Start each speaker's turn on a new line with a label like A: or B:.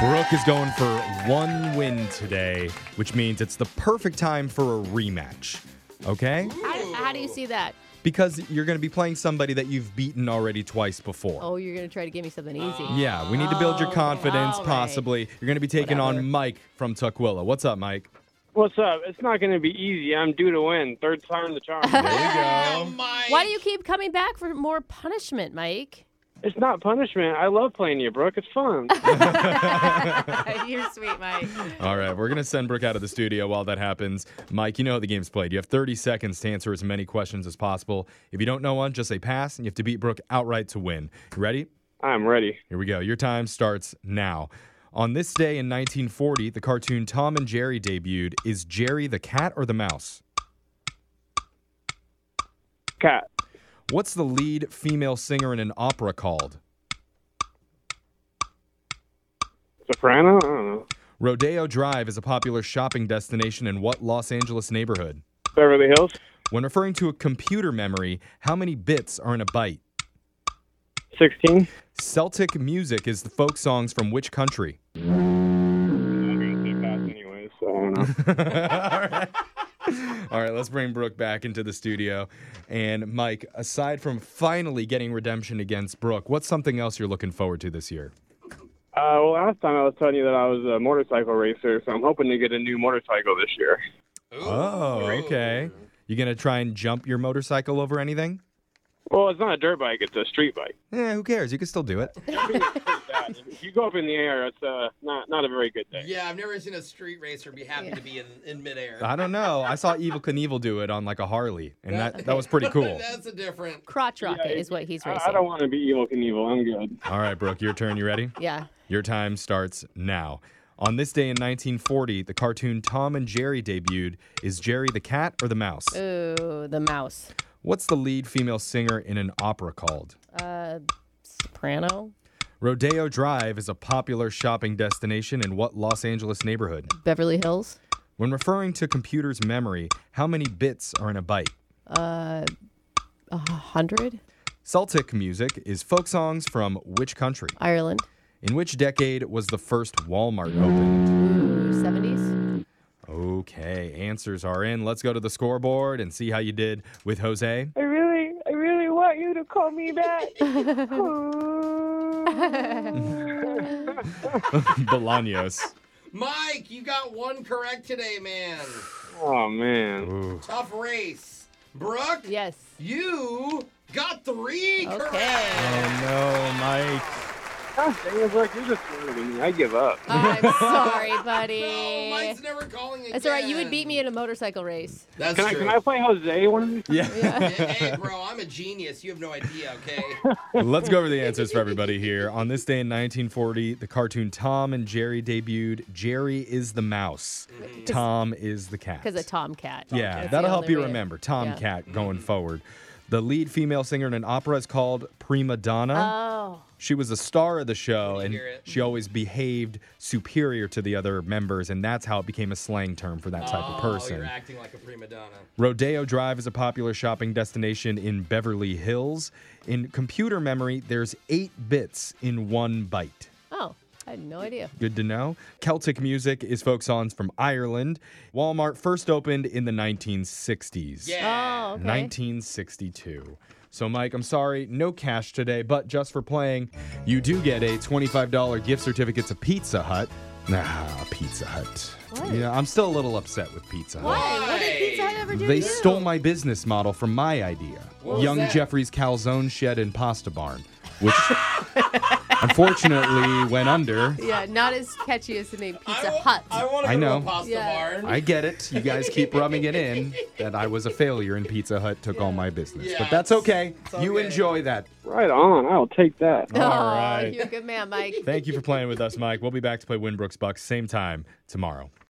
A: Brooke is going for one win today, which means it's the perfect time for a rematch. Okay?
B: How, how do you see that?
A: Because you're going to be playing somebody that you've beaten already twice before.
B: Oh, you're gonna try to give me something easy.
A: Yeah, we need to build your
B: Oh,
A: confidence,
B: all right.
A: possibly. You're going to be taking
B: Whatever.
A: on Mike from Tukwila. What's up, Mike?
C: What's up? It's not going to be easy. I'm due to win. Third time the charm.
A: There you go.
B: Why do you keep coming back for more punishment, Mike?
C: it's not punishment. I love playing you, Brooke. It's fun.
B: you're sweet, Mike.
A: All right, we're going to send Brooke out of the studio while that happens. Mike, you know how the game's played. You have 30 seconds to answer as many questions as possible. If you don't know one, just say pass, and you have to beat Brooke outright to win. You ready?
C: I'm ready.
A: Here we go. Your time starts now. On this day in 1940, the cartoon Tom and Jerry debuted. Is Jerry the cat or the mouse?
C: Cat.
A: What's the lead female singer in an opera called?
C: Soprano? I don't know.
A: Rodeo Drive is a popular shopping destination in what Los Angeles neighborhood?
C: Beverly Hills?
A: When referring to a computer memory, how many bits are in a byte?
C: 16?
A: Celtic music is the folk songs from which country?
C: I'm going to say pass anyways, so I don't know.
A: All right. All right, let's bring Brooke back into the studio. And Mike, aside from finally getting redemption against Brooke, what's something else you're looking forward to this year?
C: Uh, well, last time I was telling you that I was a motorcycle racer, so I'm hoping to get a new motorcycle this year.
A: Oh, okay. You gonna try and jump your motorcycle over anything?
C: Well, it's not a dirt bike. It's a street bike.
A: Eh, who cares? You can still do it.
C: That- if you go up in the air, it's uh, not, not a very good thing.
D: Yeah, I've never seen a street racer be happy to be in, in midair.
A: I don't know. I saw Evil Knievel do it on like a Harley, and that, that was pretty cool.
D: That's a different.
B: Crotch rocket
C: Yeah,
B: is what he's
C: I,
B: racing.
C: I don't want to be evil Knievel. I'm good.
A: All right, Brooke, your turn. You ready?
B: Yeah.
A: Your time starts now. On this day in 1940, the cartoon Tom and Jerry debuted. Is Jerry the cat or the mouse?
B: Uh. Ooh, the mouse.
A: What's the lead female singer in an opera called?
B: Uh, soprano.
A: Rodeo Drive is a popular shopping destination in what Los Angeles neighborhood?
B: Beverly Hills.
A: When referring to computer's memory, how many bits are in a byte?
B: A hundred.
A: Celtic music is folk songs from which country?
B: Ireland.
A: In which decade was the first Walmart opened?
B: Ooh, seventies.
A: Okay, answers are in. Let's go to the scoreboard and see how you did with Jose.
E: I really, I really want you to call me back.
A: Bolaños.
D: Mike, you got one correct today, man.
C: Oh, man.
D: Tough race. Brooke,
B: Yes.
D: you got three correct.
B: Okay.
A: Oh no, Mike.
C: Gosh dang it, Brooke. You're just smarter than me. I give up.
B: I'm sorry,
D: No,
B: buddy.
D: Oh, Mike's never calling again.
B: That's all right. You would beat me in a motorcycle race.
D: That's
C: Can I,
D: true.
C: can I play Jose one of these?
A: Yeah.
D: Yeah, hey, bro, I'm a genius. You have no idea, okay?
A: Let's go over the answers for everybody here. On this day in 1940, the cartoon Tom and Jerry debuted. Jerry is the mouse. Tom is the cat.
B: Because of Tomcat.
A: Yeah,
B: That's the
A: that'll help
B: only
A: you
B: way.
A: remember. Tomcat going forward. The lead female singer in an opera is called Prima Donna.
B: Oh.
A: She was the star of the show,
D: Let me
A: and
D: hear it.
A: she always behaved superior to the other members, and that's how it became a slang term for that type of
D: Oh,
A: person.
D: you're acting like a prima donna.
A: Rodeo Drive is a popular shopping destination in Beverly Hills. In computer memory, there's eight bits in one byte.
B: Oh. I had no idea.
A: Good to know. Celtic music is folk songs from Ireland. Walmart first opened in the 1960s.
B: Oh,
D: Yeah.
B: okay.
A: 1962. So, Mike, I'm sorry, no cash today, but just for playing, you do get a $25 gift certificate to Pizza Hut. Nah, Pizza Hut.
B: What?
A: Yeah, I'm still a little upset with Pizza
B: Why?
A: Hut.
B: What did Pizza Hut ever do?
A: They
B: to you?
A: stole my business model from my idea
D: What was
A: Young
D: that?
A: Jeffrey's Calzone Shed and Pasta Barn, which unfortunately went under.
B: Yeah, not as catchy as the name Pizza
D: I wa-
B: Hut.
D: I want
A: I
D: to go
A: know.
D: to a pasta
B: Yeah.
D: barn.
A: I get it. You guys keep rubbing it in that I was a failure and Pizza Hut took all my business.
D: Yeah,
A: but that's
D: it's-
A: okay.
D: all
A: You
D: good.
A: enjoy that.
C: Right on. I'll take that.
B: oh,
A: All right.
B: you're a good man, Mike.
A: Thank you for playing with us, Mike. We'll be back to play Winbrooks Bucks same time tomorrow.